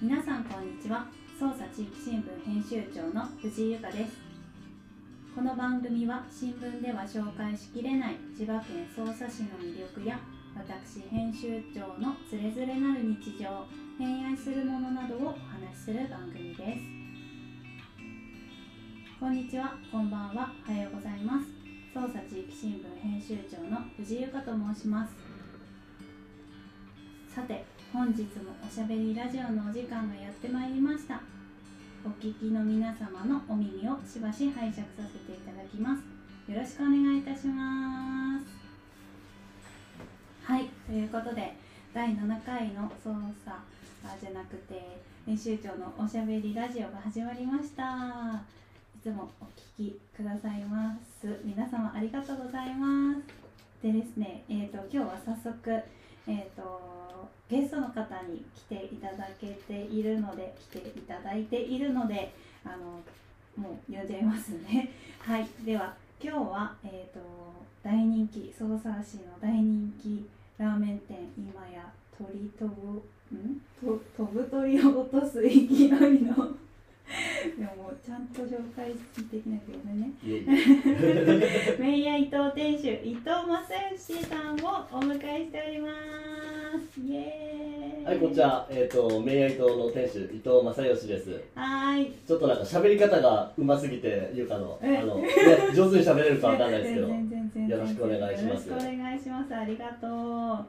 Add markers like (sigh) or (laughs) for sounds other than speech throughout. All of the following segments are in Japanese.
皆さんこんにちは捜査地域新聞編集長の藤井由香ですこの番組は新聞では紹介しきれない千葉県匝瑳市の魅力や私編集長のつれづれなる日常偏愛するものなどをお話しする番組ですこんにちはこんばんはおはようございます捜査地域新聞編集長の藤井由香と申しますさて本日もおしゃべりラジオのお時間がやってまいりましたお聞きの皆様のお耳をしばし拝借させていただきますよろしくお願いいたしますはいということで第7回の捜査あじゃなくて編集長のおしゃべりラジオが始まりましたいつもお聞きくださいます皆様ありがとうございますでですねえっ、と今日は早速えー、とゲストの方に来ていただけているので来ていただいているのであのもう呼んじゃいますね (laughs) はいでは今日は、えー、と大人気匝瑳市の大人気ラーメン店今や鳥飛ぶんと飛ぶ鳥を落とす勢いの (laughs) でももうちゃんと紹介できなくてごめんねいえいえメイヤ伊藤店主伊藤正義さんをお迎えしております。イエーイ。はい、こんにち。は。えっ、と、名愛堂の店主、伊藤正義です。はーい。ちょっとなんか喋り方がうますぎて、ゆうかの、あえの、ね、上手に喋れるかわかんないですけど。 (laughs) 全然全然よろしくお願いしますよろしくお願いします。ありがとう。は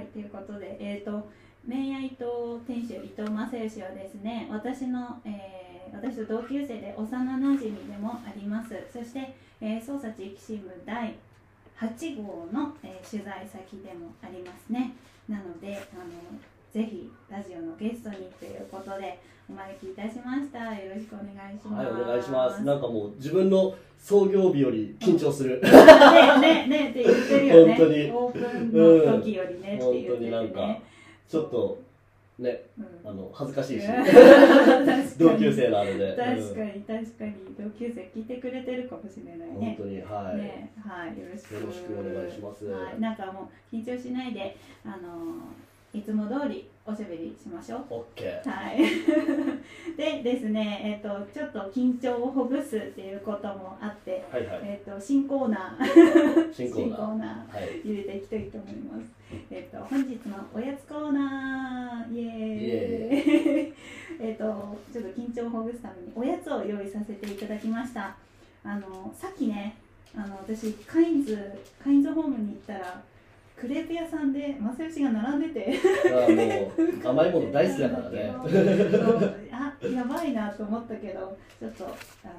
い、ということで、えっ、と、名愛と店主伊藤正義はですね、私の、えー私と同級生で幼馴染でもあります。そして、えー、捜査地域新聞第8号の、えー取材先でもありますね。なので、あの、ぜひラジオのゲストにということでお招きいたしました。よろしくお願いしまはい、す。お願いします。なんかもう、自分の創業日より緊張する。ねねねって言ってるよね。本当にオープンの時よりね、って本言当ってにるなんかね。、ちょっと、ね、うんあの、恥ずか (laughs) しいし、 (laughs) 同同級生なので。確かうんに確かに同級生聞いてくれてるかもしれない本ね。当に、はい、ねはいよろしくよろしくお願いします。はいなんかもう緊張しないであのーいつも通りおしゃべりしましょう。オッケー。はい。 (laughs) でですねえっ、とちょっと緊張をほぐすっていうこともあって、はいはい。えっ、と新コーナー新コーナ新コー。ーナーはい。入れていきたいと思います。えっ、と本日のおやつコーナー、イエーイ。えっとちょっと緊張をほぐすためにおやつを用意させていただきました。あのさっきね、あの私カインズカインズホームに行ったらクレープ屋さんで正義が並んでて、あもう、甘いもの大好きだか (laughs) らね。そうあやばいなと思ったけど、ちょっとあ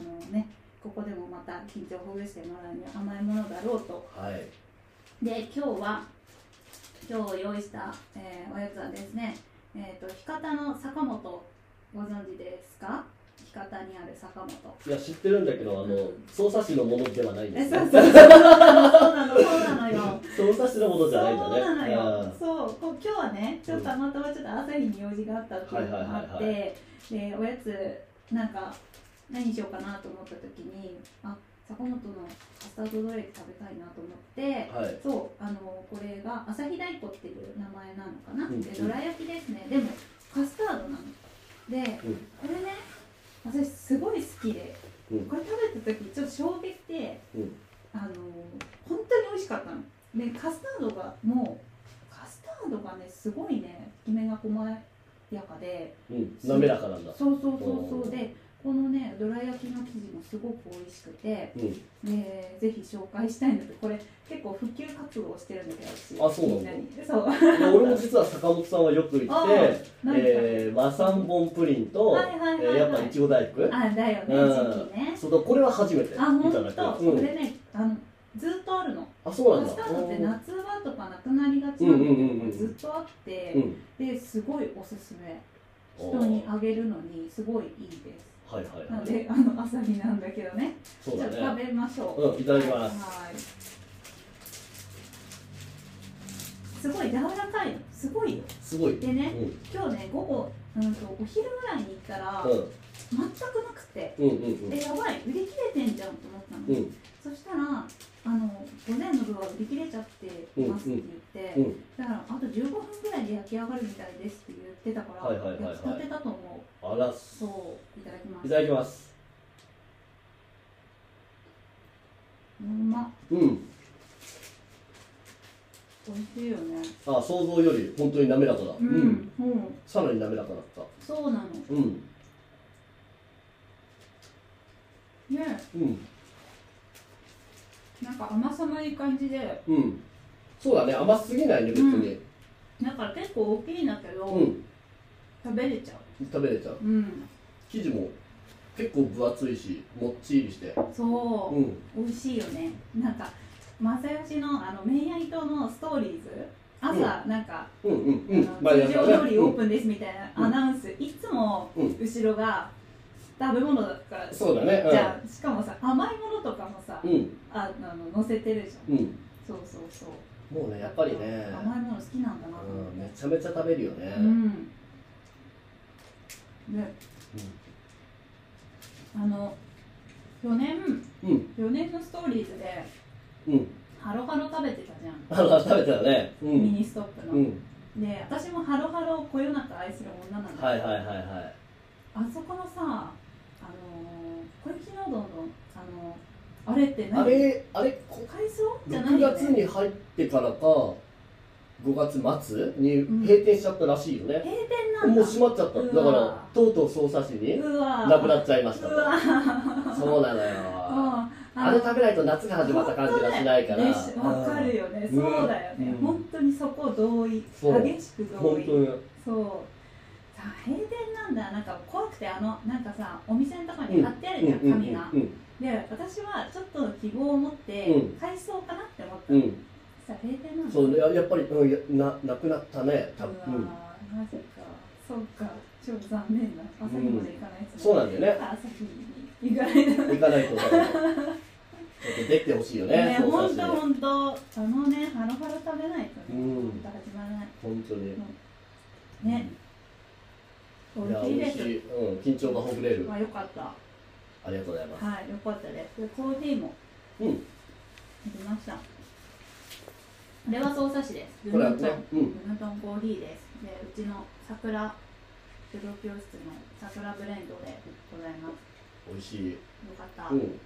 のねここでもまた緊張をほぐしてもらうには甘いものだろうとはい。で今日は今日用意した、えーおやつはですねえっ、と日方の坂本ご存知ですか日方にある坂本いや知ってるんだけどあの捜査士のものではないんでえすそうねそうそうそうなのそうなのよ捜査士のものそうじゃないんだねなのあよーそうこう今日はねちょっとたまたまちょっと朝日に用事があったっていうのもあっはいはいてでおやつなんか何にしようかなと思った時にあ坂本のカスタードドレーク食べたいなと思ってはいそうあのこれが朝日太鼓っていう名前なのかな、うんでどら焼きですねでもカスタードなのでうんこれね私すごい好きで、うんこれ食べた時ちょっと衝撃で、うんあの本当に美味しかったのでカスタードがもうカスタードがねすごいねきめが細やかでうん滑らかなんだそうそうそうおそうーでこのねどら焼きの生地もすごく美味しくてうんでぜひ紹介したいんだけどこれ結構普及活動をしてるんだけどあそうなんだみにそうで俺も実は坂本さんはよく行あって何食べるえー和三本プリンとはいはいはいえはいーやっぱいちご大福あだよねうん時期ねそうだこれは初めてあいた本当だくこうれんねあのずっとあるのあそうなカんだスタードってうん夏場とかなくなりがちうなんうんだけんうんうどずっんとあってうんですごいおすすめ人にあげるのにすごいいいですはいはいなはのいであの朝日なんだけどねそうじゃだあ食ねべましょううんいただきますはいすごい柔らかいのすごいよすごいでねうん今日ね午後、うん、とお昼ぐらいに行ったら、うん全くなくてうんうんうんえやばい売り切れてんじゃんと思ったの、うんそしたらあの午前の部は売り切れちゃってますって言って、うんうんだからあと15分ぐらいで焼き上がるみたいですって言ってたから、はいはいはいはい焼きたてだと思うあらそういただきまいすただきますうまうん美味しいよねあ想像より本当に滑らかだうん、うんさらに滑らかだったそうなのうんねうんなんか甘さもいい感じでうんそうだね甘すぎないね別にだから結構大きいんだけど、うん、食べれちゃ食べれちゃうううん生地も結構分厚いしもっちりしてそう、うん美味しいよねなんか正義のあの明愛党のストーリーズ朝、なんか、うんうんうんあのまあや通っ常ぱ通りオーねプンですみたいなうんアナウンス、いつもうん後ろが食べ物だから、うんじそうだねゃあしかもさ甘いものとかもさ、うんうんああの載せてるじゃんうんそうそうそうもうねやっぱりね甘いもの好きなんだなと思うんめってちゃめちゃ食べるよねうん、であの4年うん4年のストーリーズでうんハロハロ食べてたじゃん、あら食べたよねうミんニストップの、うんで私もハロハロをこよなく愛する女なんだけど、はいはいはいはいあそこのさ、あのー、小雪のどんどん、あのー、あれって何あれあれこ海藻じゃな6いよ月ねに入ってからか5月末にうん閉店しちゃったらしいよね、閉店なんもだう閉まっちゃったうわだからとうとう捜査士にうわなくなっちゃいましたうわそうなのよああれ食べないと夏が始まった感じがしないから、ねしわかるよね、うんそうだよね、うん本当にそこ同意そう激しく同本意当にそうさあ閉店なんだなんか怖くてあのなんかさお店のとこに貼ってあるじゃん、うんうん紙が、で私はちょっと希望を持って、うん海藻かなって思ったうんうの、んさあ閉店なんだそうややっぱり、うん、やななくなったね多分、うわうんーマジかそうか超残念だ朝日まで行かないと、そうなんだよね朝日に行かないと行かないとだからちょっとできてほしいよねね捜査本士当に本当あのねハロハロ食べないとね、うんまた始まらない本当にね美味しいでいや美味すしい、うん、緊張がほぐれるまあよかったはありがとうございますいよかったですでコーヒーもうん入れましたこれは操作士ですこルれはナトン、ねうんルナトンコーヒーですでうちの桜書道教室の桜ブレンドでございます美味しいよかった、うん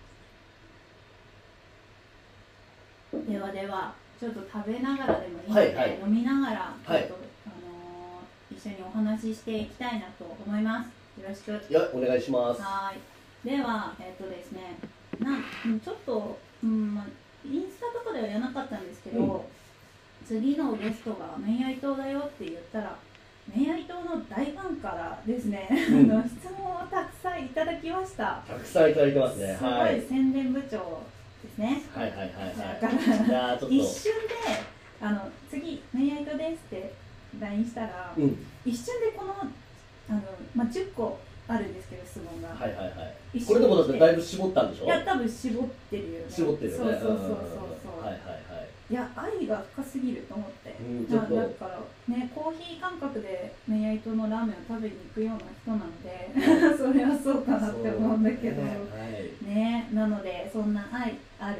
ではではちょっと食べながらでもいいので、はいはい飲みながらちょっと、はいあのー一緒にお話ししていきたいなと思いますよろしくいやお願いしますはーいではえっ、とですねなんうんちょっと、うんまあ、インスタとかではやらなかったんですけど、うん次のゲストが「恋愛党だよ」って言ったら恋愛党の大ファンからですね、うんあの質問をたくさんいただきました、たくさんいただきますすねごはいい宣伝部長ですね、はいはいはいだはからいいやーちょっ一と瞬で「あの次恋愛とです」って LINE したら、うん一瞬でこのあの、まあ、10個あるんですけど質問が、はいはいはい一こ瞬れででもだってだいぶ絞ったんでしょいや多分絞ってるよね絞ってるよねそうそうそううんうんうんそうそう、はいはいい、はいや愛が深すぎると思って、うんちょまあっとだからねコーヒー感覚で恋愛とのラーメンを食べに行くような人なので (laughs) それはそうかなって思うんだけどそうねねなのでそんな愛ある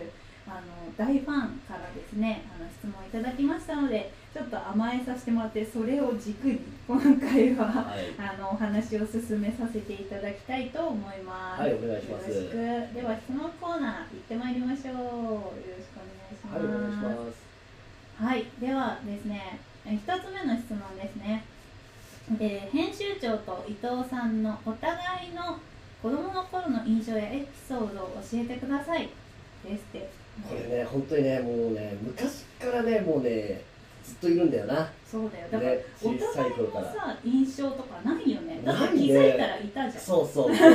あの大ファンからですねあの質問いただきましたのでちょっと甘えさせてもらってそれを軸に今回ははいあのお話を進めさせていただきたいと思います。はいはいお願いしますよろしくでは質問コーナー行ってまいりましょう。よろしくおはい願いおし願いましす。ますはい、ではですね、え一つ目の質問ですね。えー編集長と伊藤さんのお互いの子供の頃の印象やエピソードを教えてください。ですって。これね本当にねもうね昔からねもうねずっといるんだよなそうだよ。だから、ねお小さ互いい頃のからさ、印象とかないよね。だっなていね気づいたらいたじゃん。そうそうそ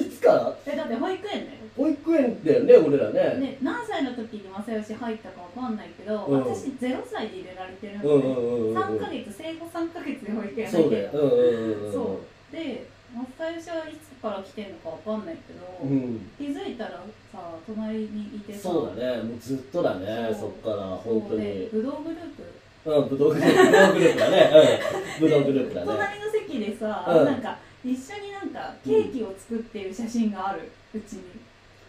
(laughs) いつからえだって保育園だよ。保育園だよね俺らねで何歳の時に正義入ったかわかんないけど、うん私0歳で入れられてるので、うんうんうんうん3ヶ月生後3ヶ月で保育園入そっうてだるようんうんうんそうで正義はいつから来てるのかわかんないけど、うん気づいたらさ隣にいてさそうだねもうずっとだねそそうっからそう本当でに武道グループうん武道グループ武道グループだねうん武道グループだね隣の席でさ、うんなんか一緒になんかケーキを作ってる写真があるうちに、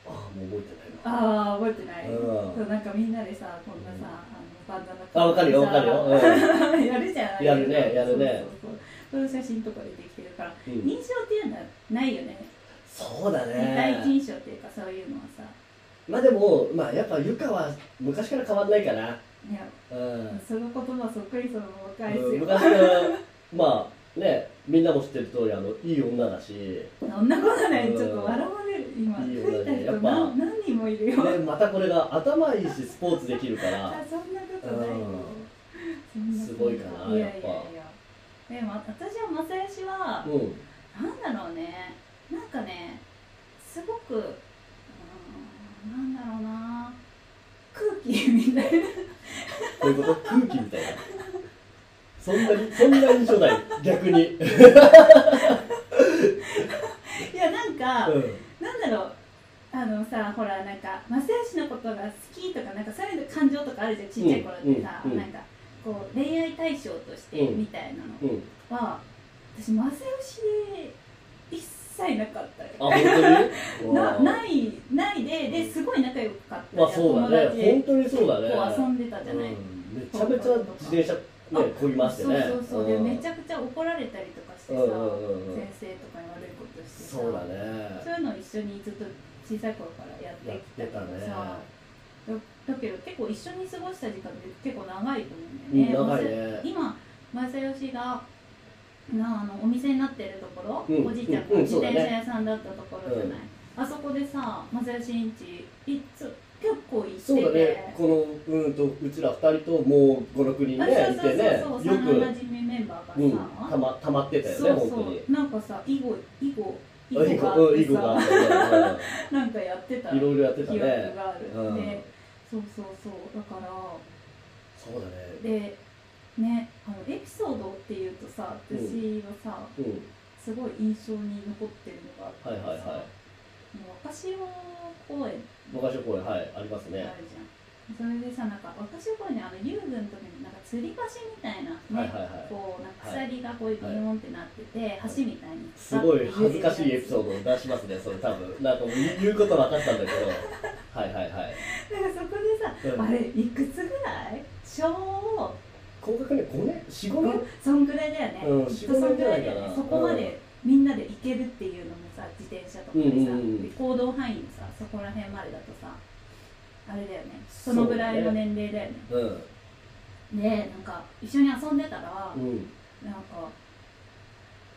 あああもう覚えてないわああ覚えてない、うんそうなんかみんなでさこんなさ、あのバンダナあわかるよわかるよ、う (laughs) やるじゃないやるねやるねそうそうそうそういう写真とか出てきてるからんうん印象っていうのはないよねそうだ第一ね印象っていうかそういうのはさまあでもまあやっぱゆかは昔から変わんないかないやうん、その言葉そっくりそのまま返すうん、よ、昔からまあねみんなも知ってる通りあのいい女だし、ね、そんなことないうんちょっと笑われる今いいよ書いたや人っぱな何人もいるよ、またこれが頭いいしスポーツできるからあそんなことないようんそんなことすごいかないやいやいやっやでも私は正義はうんなんだろうねなんかねすごくうーんなんだろうな空気みたいなこういうこと空気みたいなそんなにそんな印象ない逆に、 (laughs) うん、いやなんか、なんだろうあのさほらなんか正義のことが好きとかなんかそういう感情とかあるじゃんちっちゃい頃ってさ、うんうんうんなんかこう恋愛対象としてみたいなのうんは、私正義一切なかったよあ、本当になわあないないでですごい仲良かったまあそうだね、本当にそうだねこう遊んでたじゃない、うんめちゃめちゃ自転車ね、こぎましてねそうそうそうでめちゃゃくちゃ怒られたりとかしてさ、うんうんうんうん先生とかに悪いことしてさそうだねそういうのを一緒にずっと小さい頃からやってきたからさやだだけど結構一緒に過ごした時間って結構長いと思ううんだん、よね、長いね今正義がなあのお店になってるところ、うんおじいちゃんうがんうん自そうだ転ね車屋さんだったところじゃない、うんあそこでさ正義んちいつ結構行っててそうだね、このうんとうちら二人ともう五六人あねいそうそうてね、そうそうよ幼なくじみメンバーがさ、うんたまたまってたよそねう本そ当に。うなんかさ囲碁囲碁囲あいい碁が子、あっうんいてい子があさったねなんかやってたうんい記ろいろやってた憶ね。があるうんでそうそうそうだからそうだね。でねあのエピソードっていうとさ私はさうん、すごい印象に残ってるのがあはいってはいさはもう若潮公園い。昔の公園はいありますってあね。るじゃんそれでさなんか若潮公園にあの遊具の時になんか吊り橋みたいなね、はいはいはい。こうなんか鎖がこうビヨンってなってて、橋みたいにすごい恥ずかしいエピーソードを出しますね、それ多分。なんかもう言う言うこと分かったんだ (laughs) けど。はいはいはい。ドだから (laughs) そこでさ、うんあれいくつぐらい小高学年5年 ?4、5年そんぐらいだよね、うんきっとそんぐらいだよね45そこまでみんなで行けるっていうのもさ自転車とかでさ、うんうんうんで行動範囲のさそこら辺までだとさあれだよねそのぐらいの年齢だよねうん。でなんか一緒に遊んでたら、うん。なんか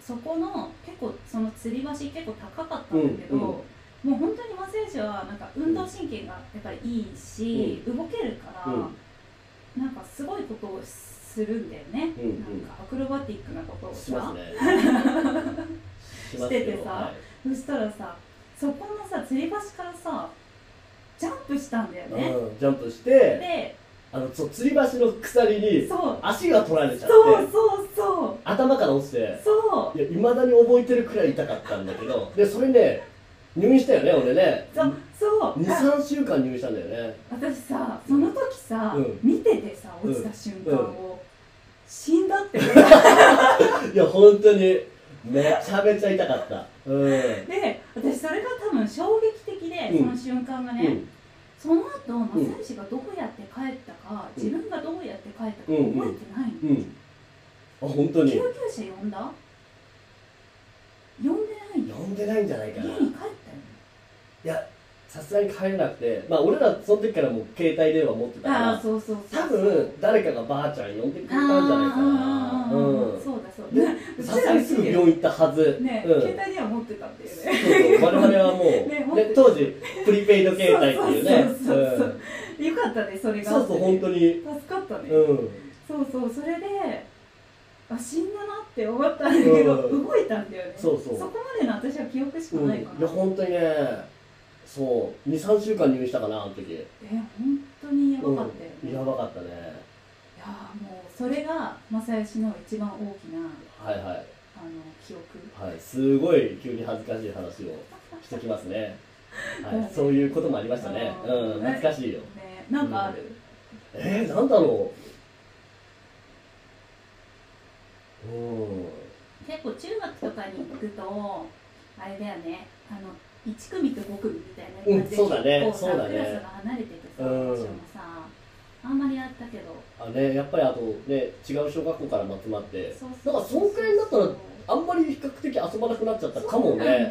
そこの結構その吊り橋結構高かったんだけど、うんうんもう本当に松江市はなんか運動神経がやっぱりいいし、動けるから、うんなんかすごいことをするんだよね、うんうんなんかアクロバティックなことをしさますね。しますよ (laughs) しててさはいそしたらさそこのさ吊り橋からさジャンプしたんだよね、うんジャンプして、であの、そう、吊り橋の鎖にそう足が取られちゃって、そうそうそう頭から落ちて、そういや、未だに覚えてるくらい痛かったんだけど、で、それね、入院したよね、俺ね。そうそう2、3週間入院したんだよね。私さその時さ、うん見ててさ落ちた瞬間を、死んだって思っいや、本当に、めちゃめちゃ痛かった。うん。て私それが多分衝撃的で、うんその瞬間がね、うんその後正義がどうやって帰ったか、うん自分がどうやって帰ったか覚えうんてないの、うん。あ、本当に。救急車呼んだ呼んでない呼よんでないんじゃない家かな。に帰ったよさすがに帰れなくて、まあ、俺らその時からもう携帯電話持ってたかああら、そうそうそう多分、誰かがばあちゃん呼んでくれたんじゃないかな。あーうん。そうだそうでださすがにすぐ病院行ったはず。ね、うん。携帯電話持ってたんだよねそうそう我々はもう、ね本当にで当時プリペイド携帯っていうそねうそうそうそううんよかったねそれがそうそう本当に助かったね、うんそうそうそれであ死んだなって思ったんだけど、うん動いたんだよねそうそうこまでの私は記憶しかうんないいかな、や本当にねそう23週間入院したかなあの時え本当にやばかったよね、うんいややばかったねーもうそれが正義の一番大きなはいはあいの記憶はいすごい急に恥ずかしい話をしてきますねはうんい、そういうこともありましたね。あーうん、懐かしいよ。ねなんかある、えー、なんだろう。うん。結構中学とかに行くとあれだよねあの1組と5組みたいな感じでうんそうだね結構さそうだねクラスが離れててさ、うん私もさあんまりあったけどあねやっぱりあとね違う小学校から集まってそうなんかそんくらいになったらあんまり比較的遊ばなくなっちゃったかもそうなんねだよ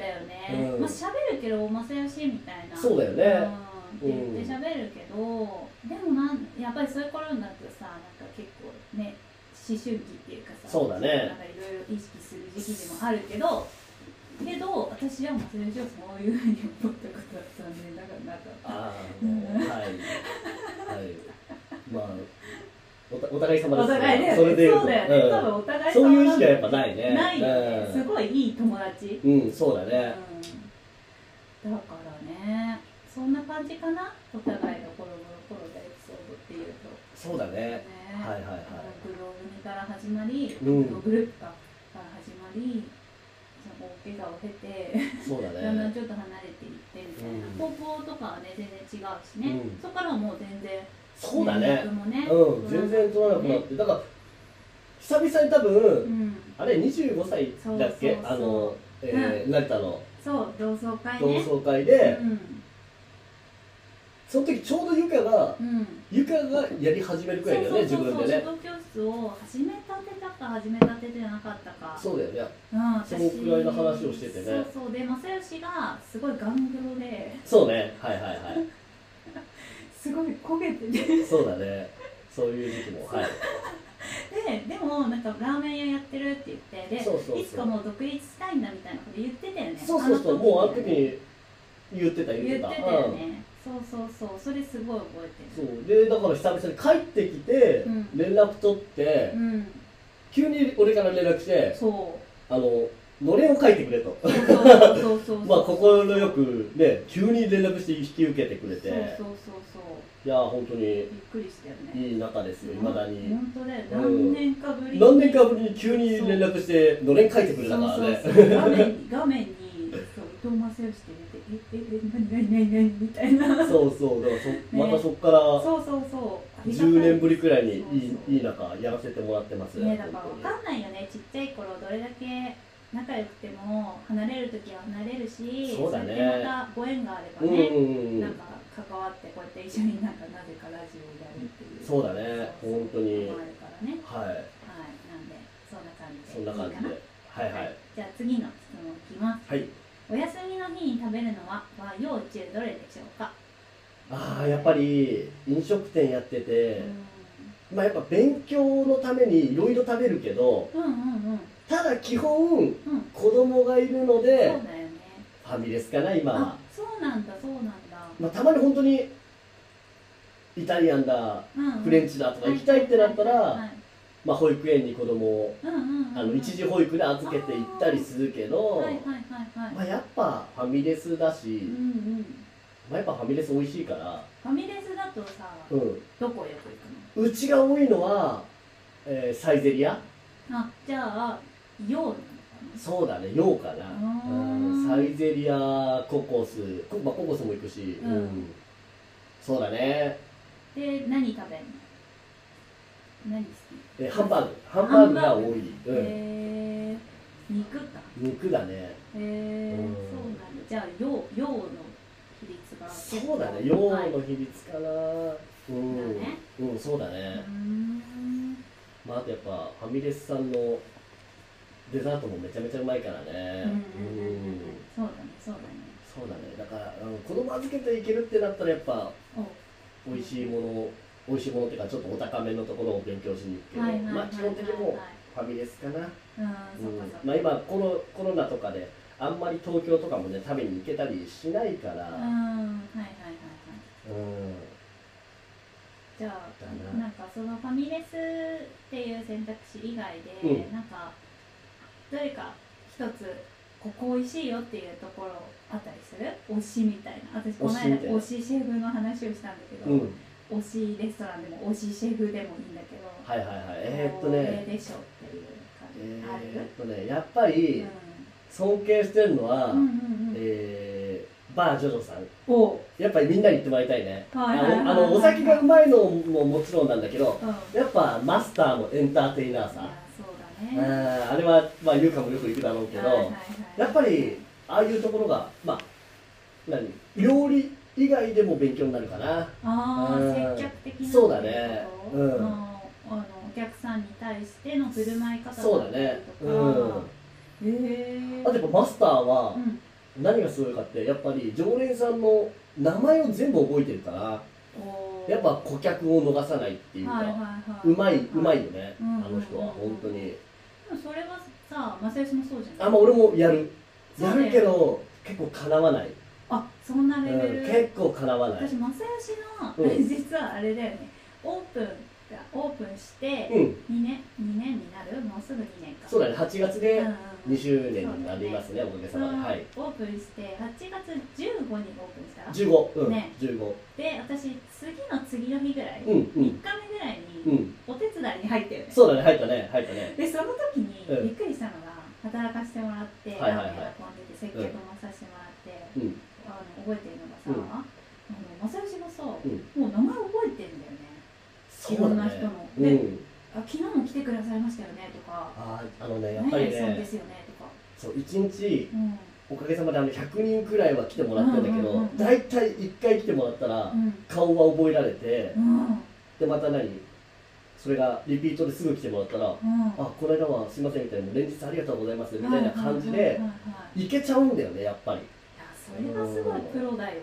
ね、うんまあ喋るけどお正よしみたいなそうだよねうんって言って喋るけど、でもなんやっぱりそういう頃になるとさなんか結構ね思春期っていうかさそうだねなんかいろいろ意識する時期でもあるけどけど私はもうそれ以上そういうふうに思ったことは残念ながらなかったああもうはいはいまあおたお互い様ですお互いだよねそれで言うとそうだよね、多ん分お互いそういう意様なん識だはよやっぱないねないよね、うんすごいいい友達うん、そうだね。うん、だからねそんな感じかなお互いの頃の頃のエピソードっていうとそうだね。ねはいはいはいあのグロー組から始まり、うんグローグループから始まりその大怪我を経て、そうだだんだんね。ちょっと離れていってみたいな、うん高校とかはね全然違うしね、うんそこからはもう全然そうだ連ね絡。もねうん、全然取らなくなって、だから。久々に多う分、んあれ二十五歳だっけそうそう、そうあの、えー成田のそう同窓会同ね窓会でう。んその時ちょうどゆかが、うんゆかがやり始めるくそうらいそうだよそうね、自分でね書。道教室を始めたてたか始めたてじゃなかったかそうだよね。うん、私そのくらいの話をしててねそうそうで正義がすごいガングロでそうね、はいはいはすごい焦げててい。そうだね。そういう時期も、はい。ででもなんかラーメン屋やってるって言ってでそうそうそういつかもう独立したいんだみたいなこと言ってたよねそうそうそう、のもうあの時に。言ってた、言言っっててた。たよね、そうそうそうそれすごい覚えてそるうでだから久々に帰ってきて、うん連絡取って、うん急に俺から連絡してそあののれんを書いてくれとうそうそうそうそうそうまあ心よくね急に連絡して引き受けてくれてそうそうそうそういや本当にびっくりしたよねいい仲ですよいまだに、本当だようん何年かぶりに何年かぶりに急に連絡してのれん書いてくれたからねそうそうそう画面に画面にそう伊藤正義って出て「えええ何何何何?」みたいなそうそうそうだからそまたそっからそうそう10年ぶりくらいにいいそうそういい仲やらせてもらってますねだから本分かんないよねちっちゃい頃どれだけ仲良くても離れる時は離れるしそうだねれでまたご縁があれ当ばにね、うんうんうんなんか関わってこうやって一緒になんかなぜかラジオをやるっていうそうだねそうそう本当にもあるからねはいはいなんでそんな感じでそんな感じでいいはかいなははいい、じゃあ次の質問いきますはいお休みの日に食べるのは和洋中どれでしょうか、ああやっぱり飲食店やっててう、ん、まあやっぱ勉強のためにいろいろ食べるけどうんうんうんただ基本うん子供がいるのそうだでよねファミレスかな今あは、そうなんだそうなんだ、まあ、たまに本当にイタリアンだうんうん、フレンチチだとか行きたいってなったら、いまあ、保育園に子供をうんうんうんうん、あの一時保育で預けて行ったりするけどはいはいはいはい、まあやっぱファミレスだうんし、うん、まあ、やっぱファミレス美味しいから、ファミレスだとさうん、どこよく行うちが多いのは、えーサイゼリアくのあじゃあ洋なのかそうだね、ようかなあ。ーうんサイゼリア、ココス、コ,、まあ、ココスも行くし、うんそうだね。なで何食べるの何好きえハンバーグ、ハハンバーグが多い。ンバーグうんへえ肉か肉だね。へえうそんうなんだじゃあ陽陽の比率が結構そうだね、よう高いの秘密かな。うん、だねうん、そうだうねー。んまあ、あとやっぱ、ファミレスさんのデザートもめちゃめちゃうまいからね。うんうんうんうんうんそうだねそうだねそうだね、だから、うん、子供預けていけるってなったら、やっぱ、お美味しいものを、美味しいものっていうか、ちょっとお高めのところを勉強しに行くけど、はいはいはいまあ、基本的にもうはいファミレスかうな。んそっかそまっあ、今コロ、コロナとかで、あんまり東京とかもね、食べに行けたりしないか、からうんはいはいはいはいうん、じゃだあななんかそのファミレスっていう選択肢以外でうんなんかどれか一つここ美味しいよっていうところあったりする推しみたいな私この推間しみたいな推しシェフの話をしたんだけどうん、推しレストランでも推しシェフでもいいんだけど、はいはいはい、えー、っとこね、れでしょっていう感えじ、ー、あっる、とね、やっぱり尊敬してるのは、うん、うんうんうんえー、バージョジョさん。おうやっぱりみんなに行ってもらいたいね。はいはいはいはいあの、あのお酒がうまいのももちろんなんだけど、うんいややっぱマスターもエンターテイナーさ、そうだうんねあれは、まあ、優香もよく行くだろうけど、はいはいはいやっぱりああいうところが、まあ、何料理以外でも勉強になるかなあうあん接客的なそうだねっていううんことあのあのお客さんに対しての振る舞い方そうだったねりとうかんへえあとやっぱマスターはうん何がすごいかってやっぱり常連さんの名前を全部覚えてるからおーやっぱ顧客を逃さないっていうはいはいかはいうまいうまいよねあうんうんうんの人は本当にでもそれはさ正義もそうじゃあんまあ俺もやるそうだやよねるけど結構かなわないあそんなうんレベル、結構かなわない私正義の、う (laughs) ん実はあれだよねオープンがオープンしてうん2年2年になるもうすぐ2年かそうだね8月でうん2周年になりますねおかげそさのまではいオープンして8月15にオープンしたら15うんね15で私次の次の日ぐらい、う三3んうん日目ぐらいうんにお手伝いに入ったよね、そうだね入ったね入ったねでその時にうんびっくりしたのが働かせてもらって、はいはいはいラーメン運んでて接客もさせてもらって、うんあの覚えてるのがさ、うんあの正義もそう、うもう名前覚えてるんだよねそういろんなだね人のうでんあ昨日も来てくださいましたよねとかあーあのねやっぱ何り々さんでねすよねとか、そう1日うんおかげさまであの100人くらいは来てもらったんだけうんうんどうん大体1回来てもらったらうん顔は覚えられてうんでまた何それがリピートですぐ来てもらったらうん「あこの間はすいません」みたいな「連日ありがとうございます」みたいな感じはいはいはでいはいいけちゃうんだよねやっぱりいやそれがすごいプロだよ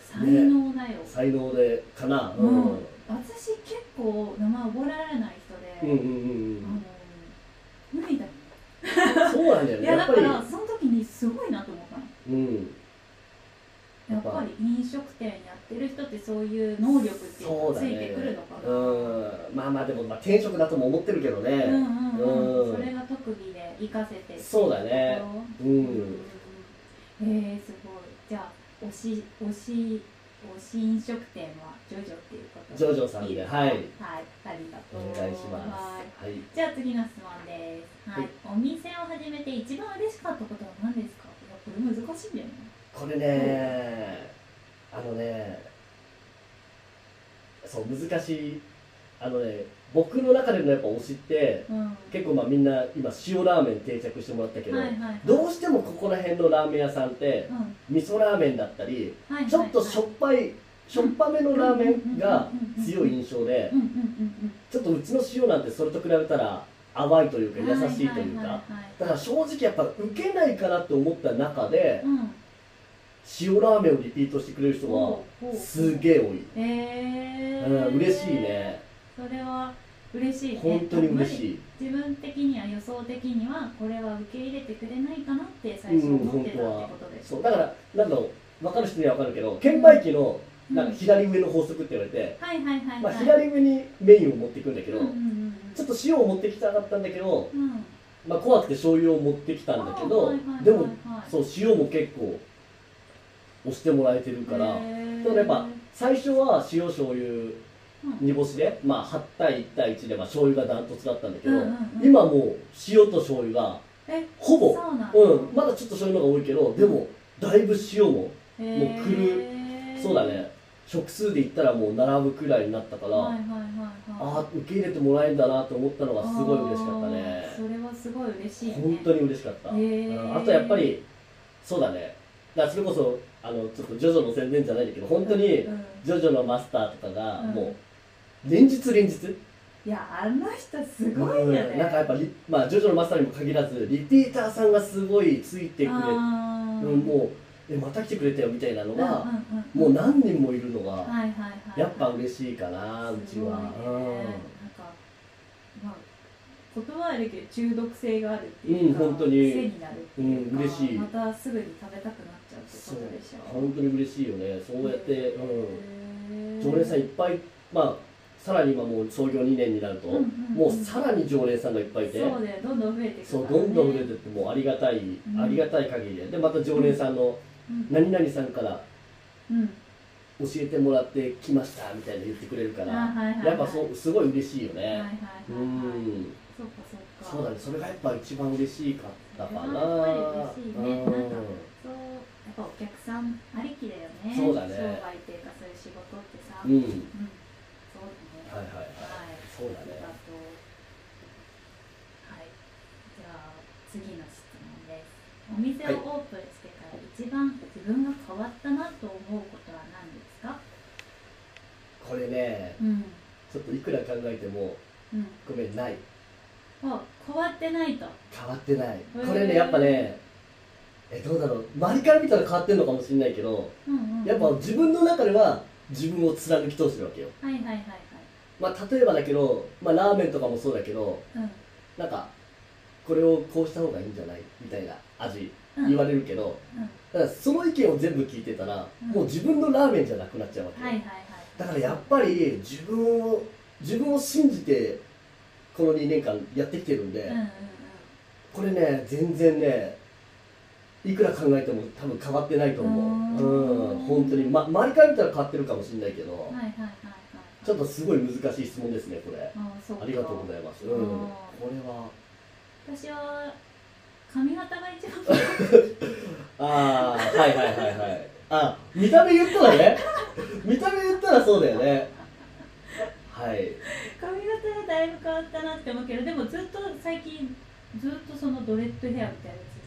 才ね能だよ、才能でかなううんんうん私結構名前覚えられないうん人うで、あんの無理だようんそうなんだよ (laughs) いねややだっかぱりらその時にすごいなと思ったのうんやっぱり飲食店やってる人ってそういう能力っていうのそうがだつねいてくるのかなうんまあまあでもまあ転職だとも思ってるけどうねんうんううんんそれが特技で活かせてっていそうだねところううんえー、すごいじゃあ推し推し推し飲食店はジョジョっていうことジョジョさんではいはいありがとおう願いしまはいすはいじゃあ次の質問ですはい、はいお店を始めて一番嬉しかったことは何ですかいやこれ難しいんだよねこれね、あのね、そう、難しい、あのね、僕の中でのやっぱ推しって、うん結構まあみんな今、塩ラーメン定着してもらったけど、はいはいはいどうしてもここら辺のラーメン屋さんって、うんはい味噌ラーメンだったり、はいはいちょっとしょっぱい、しょっぱめのラーメンが強い印象でう、んうんうんちょっとうちの塩なんてそれと比べたら、淡いといううか、ん優しいというははか、はだから正直やっぱ受けないかなと思った中でい、うん塩ラーメンをリピートしてくれる人はすげえ多えい、えうーん、嬉しいねそれは嬉しいね本当に嬉いしい自分的には予想的にはこれは受け入れてくれないかなって最初思ってたってことです、そうだからなんだろう分かる人には分かるけど券売機のうんなんか左上の法則って言われて、はいはいはいはい、まあ、左上にメインを持っていくんだけけど、うんうんうんうん、ちょっと塩を持ってきたかったんだけど、うんまあ、怖くて醤油を持ってきたんだけあーどはいはいはいはいでもそう塩も結構押してもらえてるから、へーだからやっぱ最初は塩醤油うん煮干しで、まあ、8対1対1で、まあ、醤油がダントツだったんだけど、うんうんうん今もう塩と醤油がえほぼそうなんだうん、まだちょっと醤油の方が多いけどでもだいぶ塩もへーもう来るそうだね食数で言ったらもう並ぶくらいになったから、はいはいはいはいああ受け入れてもらえるんだなと思ったのがすごい嬉しかったねあーそれはすごい嬉しいね本当に嬉しかった、へーうんあとやっぱりそうだねだからそれこそあのちょっとジョジョの宣伝じゃないんだけど本当にうんジョジョのマスターとかがうんもう連日連日いやあの人すごいよね、うんなんかやっぱり、まあ、ジョジョのマスターにも限らずリピーターさんがすごいついてくれて、あーうんもうえまた来てくれたよみたいなうんのうんが、うんもう何人もいるのが、はいはいはいやっぱ嬉しいかなうちは、すごいねなんかまあ言葉あるけど中毒性があるっていうか、うん本当に癖になるっていうか、うん嬉しいまたすぐに食べたくなっちゃうってそうことでしょ本当に嬉しいよねそうやって、うん、ん常連さんいっぱいまあさらに今もう創業2年になると、うんうんうんもうさらに常連さんがいっぱいいてそうだよどんどん増えていくかそら、うね、どんどん増えてってもうありがたい、んありがたい限りででまた常連さんのうん何々さんからうん教えてもらってきましたみたいな言ってくれるから、あはいはいはいやっぱそうすごい嬉しいよはいね、はいはいはういんそうかそうかそうだね、それがやっぱ一番嬉しかったかな。それはやっぱり嬉しいねうんなんかそうやっぱお客さんありきだよねそうだね商売っていうかそういう仕事ってさ、うん、うんそうだはいはいはね。い。そうだありがとうね。はい。じゃあ次の質問です。お店をオはいープンしてから一番自分が変わったなと思うことは何ですかこれねうんちょっといくら考えてもうんごめんないあ変わってないと変わってないうんこれねやっぱねえどうだろう周りから見たら変わってんのかもしれないけどうんうんやっぱ自分の中では自分を貫き通してるわけよはいはいはいはいまあ例えばだけど、まあ、ラーメンとかもそうだけどうんなんかこれをこうした方がいいんじゃないみたいな味うん言われるけど、うんだからその意見を全部聞いてたら、うんもう自分のラーメンじゃなくなっちゃうわけよ、はいはいはいだからやっぱり自分を自分を信じてこの2年間やってきてるんで、うんうんうんこれね全然ねいくら考えても多分変わってないと思ううーんうん本当にま周りから見たら変わってるかもしれないけど、はいはいはいはいちょっとすごい難しい質問ですねこれあそうかありがとうございます、うん、うんこれは私は髪型が一番ああはいはいはいはいあ見た目言ったらね見た目言ったらそうだよねはい髪型がだいぶ変わったなって思うけどでもずっと最近ずっとそのドレッドヘアみたいなや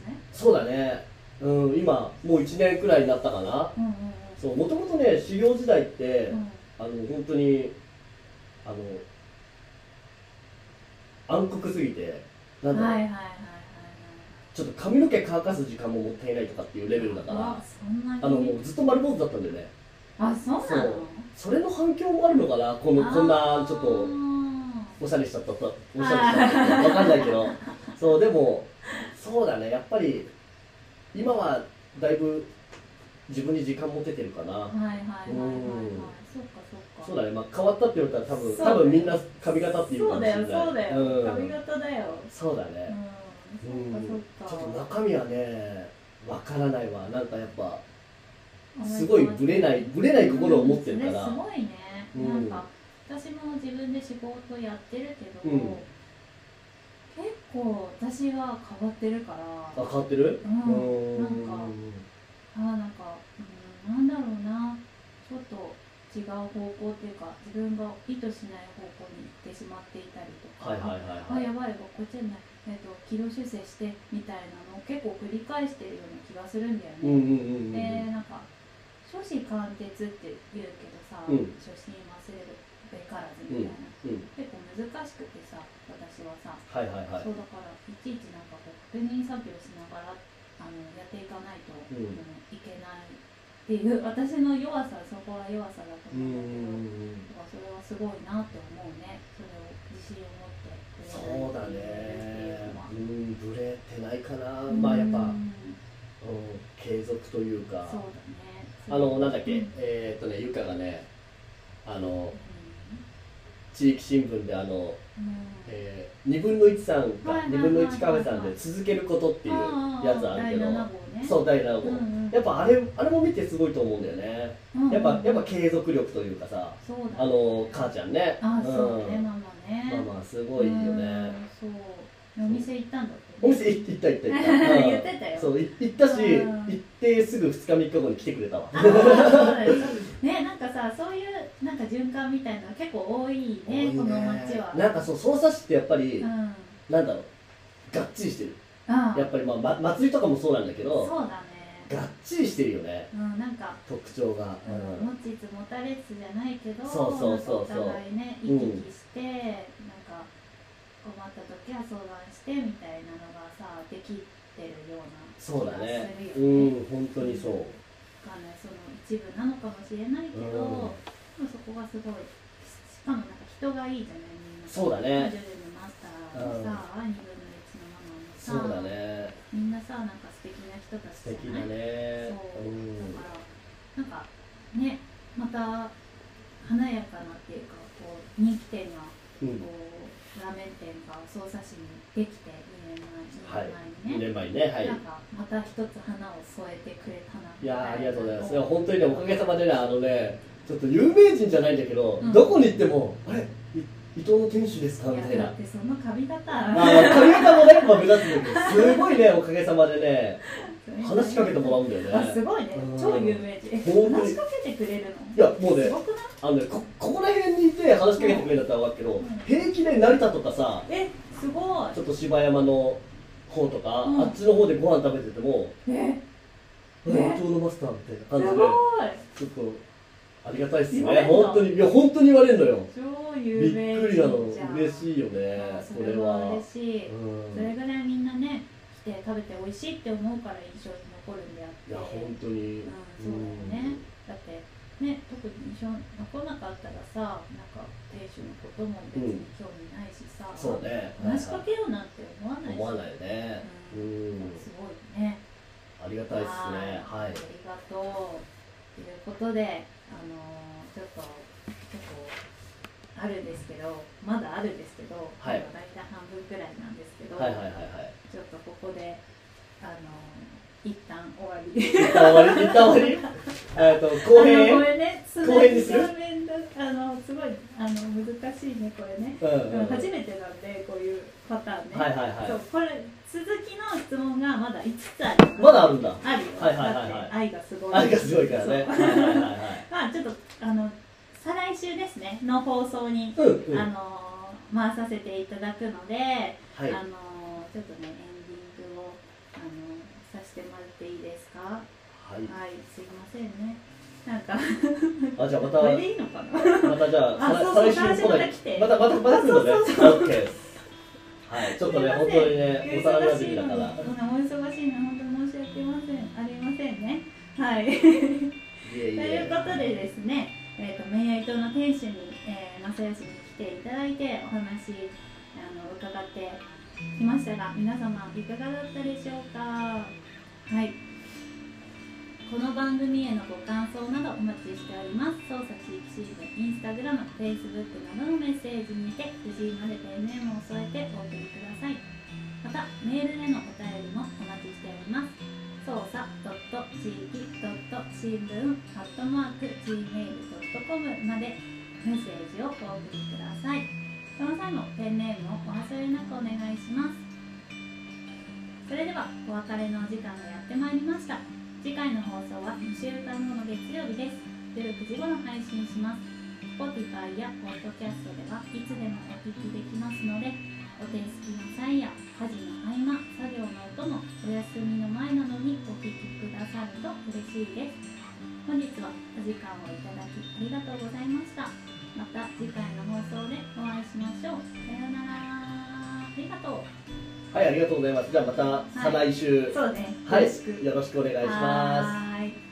つねそうだねうん今もう1年くらいになったかなうんうんそうもともとね修行時代って、うんうんあの本当にあの暗黒すぎてなんだろう、はいはいはいはいちょっと髪の毛乾かす時間ももったいないとかっていうレベルだかあらそんなにあのもうずっと丸坊主だったんだよねあそうなのそうそれの反響もあるのかなこのこんなちょっあとーおしゃれしちゃったとおしゃれしちゃったわかんないけどそうでもそうだねやっぱり今はだいぶ自分に時間持ててるかなはいはいはいはいはういんそっかそっかそうだね、まあ、変わったって言われたら多分そうだね多分みんな髪型っていうそかうもしだれないよそうだよ、ん髪型だよそうだうね、んそっかちそょっっか、と中身はねわからないわなんかやっぱすごいブレないブレない心を持ってるから、うんそれすごいね、うんなんか私も自分で仕事やってるけど、うん結構私が変わってるからあ変わってるう、うんーなんかあーなんか、うん、なんだろうなちょっと違う方向っていうか自分が意図しない方向に行ってしまっていたりとか、はいはいあはいやはいばいこっちじゃない、えっと軌道修正してみたいなのを結構繰り返してるような気がするんだよね、うんうんうんうん、でなんか初子貫徹って言うけどさ、うん初心忘れるべからずみたいな、うん結構難しくてさ私はさ、はいはいはいそうだからいちいちなんかこう確認作業しながらあのやっていかないと、うんあのいけないっていう (laughs) 私の弱さそこは弱さだとうんう思うんんだけど、だかうんらそれはすごいなって思うねそれを自信を持ってそうやだれるねってういんブレてないかうな、のはまあやっぱ、う、うんん継続というかそうだねあのなんだっけ、うんえーっとねゆかがねあのうん地域新聞であのっえー、2分の1さんはいかはいはい2分の1カフェさんで続けることっていうやつあるけど、第7号ねそう第7号、うんうんやっぱあれあれも見てすごいと思うんだよね、うんやっぱやっぱ継続力というかさそうだねあの母ちゃんねあそうね、んママねママすごいよね、うんそうお店行ったんだ (laughs) ってお店行った行った行った言ってたよそうい行ったし、うん行ってすぐ2日3日後に来てくれたわあそうだよねなんかさそういうなんか循環みたいなの結構多いねこの街はなんかそう匝瑳市ってやっぱり、うんなんだろうがっちりしてるあやっぱり、まあ、ま祭りとかもそうなんだけどそうだねがっちりしてるよねうんなんか特徴が、うん持ちつ持たれつじゃないけどそうそうそなうそうんかお互いね行き来して、なんか困った時は相談してみたいなのがさできてるような気そうだがねすうるよねん本当にそう、わかんないその一部なのかもしれないけど、うんでもそこがすごいしかもなんか人がいいじゃないみんなそうだねジョジョのマスターもさ、二分の一のママもさそうだねみんなさなんか素敵な人た素ちじ敵ゃだないねそうう、んだからなんかねまた華やかなっていうかこう人気店がこうんうラーメン店が匝瑳市にできて2年は前い2年前に2ね、年前にねはいなんかまた一つ花を添えてくれたないみたやーありがとうございますいやな本当にねおかげさまでねあのねちょっと有名人じゃないんだけど、うんどこに行ってもあれい伊藤の店主ですかみたいいやなだってその髪型あー髪型もね、まあ、目立つんだけどすごいねおかげさまでね話しかけてもらうんだよあすねごいねうん超有名人本当に話しかけてくれるいやものうすねごくないあのねこここら辺にいて話しかけてくれるんだったら分かるけど、うん平気で成田とかさえすごいちょっと芝山の方とか、うんあっちの方でご飯食べててもね「ちょうねどマスター」みたいなす感ごじいでちょっとありがたいっすね言われんの本当にいや本当に言われるのよ超び有っ名くりなの人じゃん嬉しいよねあそそれれはは嬉しい、うんそれぐらいみんなね来て食べて美味しいって思うから印象に残るんであっていや本当うんにそうだよねだってね特に印象に残らなかったらさなんか亭主のことも別に興味ないしさ、うんそうね話しかけようなんて思わないし思わないよねううんんすごいねありがたいっすねあはいりがとう。ということで、あのーちょっと、結構、あるんですけど、まだあるんですけど、はいまだ大体半分くらいなんですけど、はいはいはいはいちょっとここで、あのー一旦終わりで。一旦終わり一旦終 (laughs) わりえっとあ後のこ編れね、す公ご平い、にするすごい面倒あの、すごい、あの、難しいね、これね。うんでうんも初めてなんで、こういうパターンね。はいはいそうはこれ続きの質問がまだ5つあるいまだあるんだあるよ、はいはいはいはいだって愛がすごいあれがすごいからねはいはいはいはいまあちょっとあの再来週ですねの放送に、うんうんあはのー回させていただくので、いあのーちょっとねエンディングをあのーさせてもらっていいですかははいいすいませんねなんかあじゃあまたこれでいいのかなまたじゃああさそうそう再来週再来週ま来なたい来てまたまたまた来るのあねオそうッケーですはいちょっとすいねません本当にね幼馴お忙し染いだのかにらお忙しいのに本当申し訳ませんありませんねはいいえといいえうことでですね、えー、と恋愛島の店主に、えー、正義に来ていただいてお話あの伺ってきましたが皆様いかがだったでしょうかはいこの番組へのご感想などお待ちしております捜査地域新聞インスタグラムフェイスブックなどのメッセージにて藤井まで NM を添えてお送りくださいまたメールでのお便りもお待ちしております操作ドット地域ドット新聞アットマーク gmail.com までメッセージをお送りくださいその際もペンネームをお忘れなくお願いしますそれではお別れのお時間がやってまいりました次回の放送は2週間後の月曜日です夜9時頃配信します Spotify や Podcast ではいつでもお聞きできますのでお手すきの際や家事の合間作業のお供お休みの前などにお聞きくださると嬉しいです本日はお時間をいただきありがとうございましたまた次回の放送でお会いしましょうさようならありがとうはいありがとうございますじゃあまた再来週そうねはいよろしくお願いしまはすーい